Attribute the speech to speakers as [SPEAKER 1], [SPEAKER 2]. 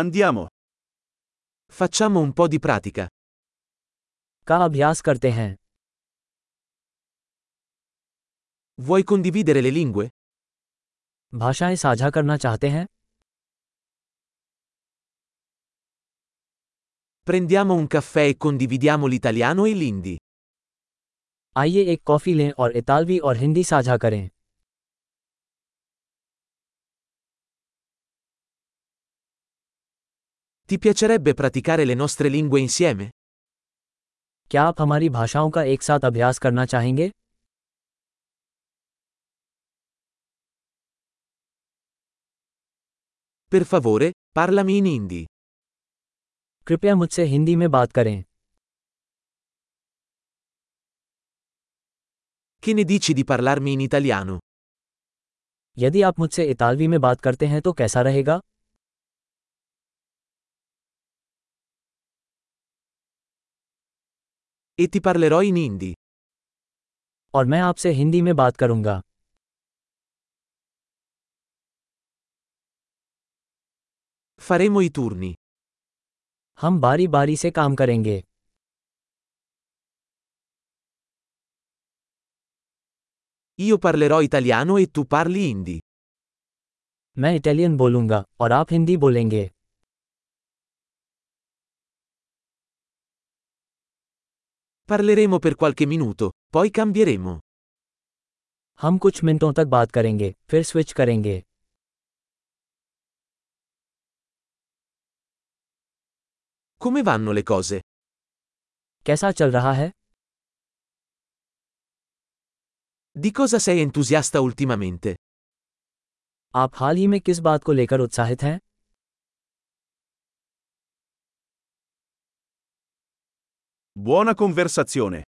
[SPEAKER 1] Andiamo. Facciamo un po' di pratica.
[SPEAKER 2] का अभ्यास करते हैं
[SPEAKER 1] Vuoi condividere le lingue?
[SPEAKER 2] भाषाएं साझा करना चाहते हैं
[SPEAKER 1] Prendiamo un caffè e condividiamo l'italiano e l'indi.
[SPEAKER 2] आइए एक कॉफ़ी लें और इतालवी और हिंदी साझा करें
[SPEAKER 1] Ti piacerebbe praticare le nostre lingue insieme?
[SPEAKER 2] क्या आप हमारी भाषाओं का एक साथ अभ्यास करना चाहेंगे
[SPEAKER 1] Per favore, parlami in hindi.
[SPEAKER 2] कृपया मुझसे हिंदी में बात करें
[SPEAKER 1] Che ne dici di parlarmi in italiano?
[SPEAKER 2] यदि आप मुझसे इतालवी में बात करते हैं तो कैसा रहेगा
[SPEAKER 1] E ti parlerò in hindi.
[SPEAKER 2] और मैं आपसे हिंदी में बात करूंगा
[SPEAKER 1] Faremo i turni.
[SPEAKER 2] हम बारी बारी से काम करेंगे
[SPEAKER 1] Io parlerò italiano e tu parli hindi.
[SPEAKER 2] मैं इटालियन बोलूंगा और आप हिंदी बोलेंगे
[SPEAKER 1] Parleremo per qualche minuto, poi cambieremo.
[SPEAKER 2] हम कुछ मिनटों तक बात करेंगे फिर स्विच करेंगे
[SPEAKER 1] Come vanno le cose?
[SPEAKER 2] कैसा चल रहा है
[SPEAKER 1] Di cosa sei entusiasta ultimamente?
[SPEAKER 2] आप हाल ही में किस बात को लेकर उत्साहित हैं
[SPEAKER 1] Buona conversazione.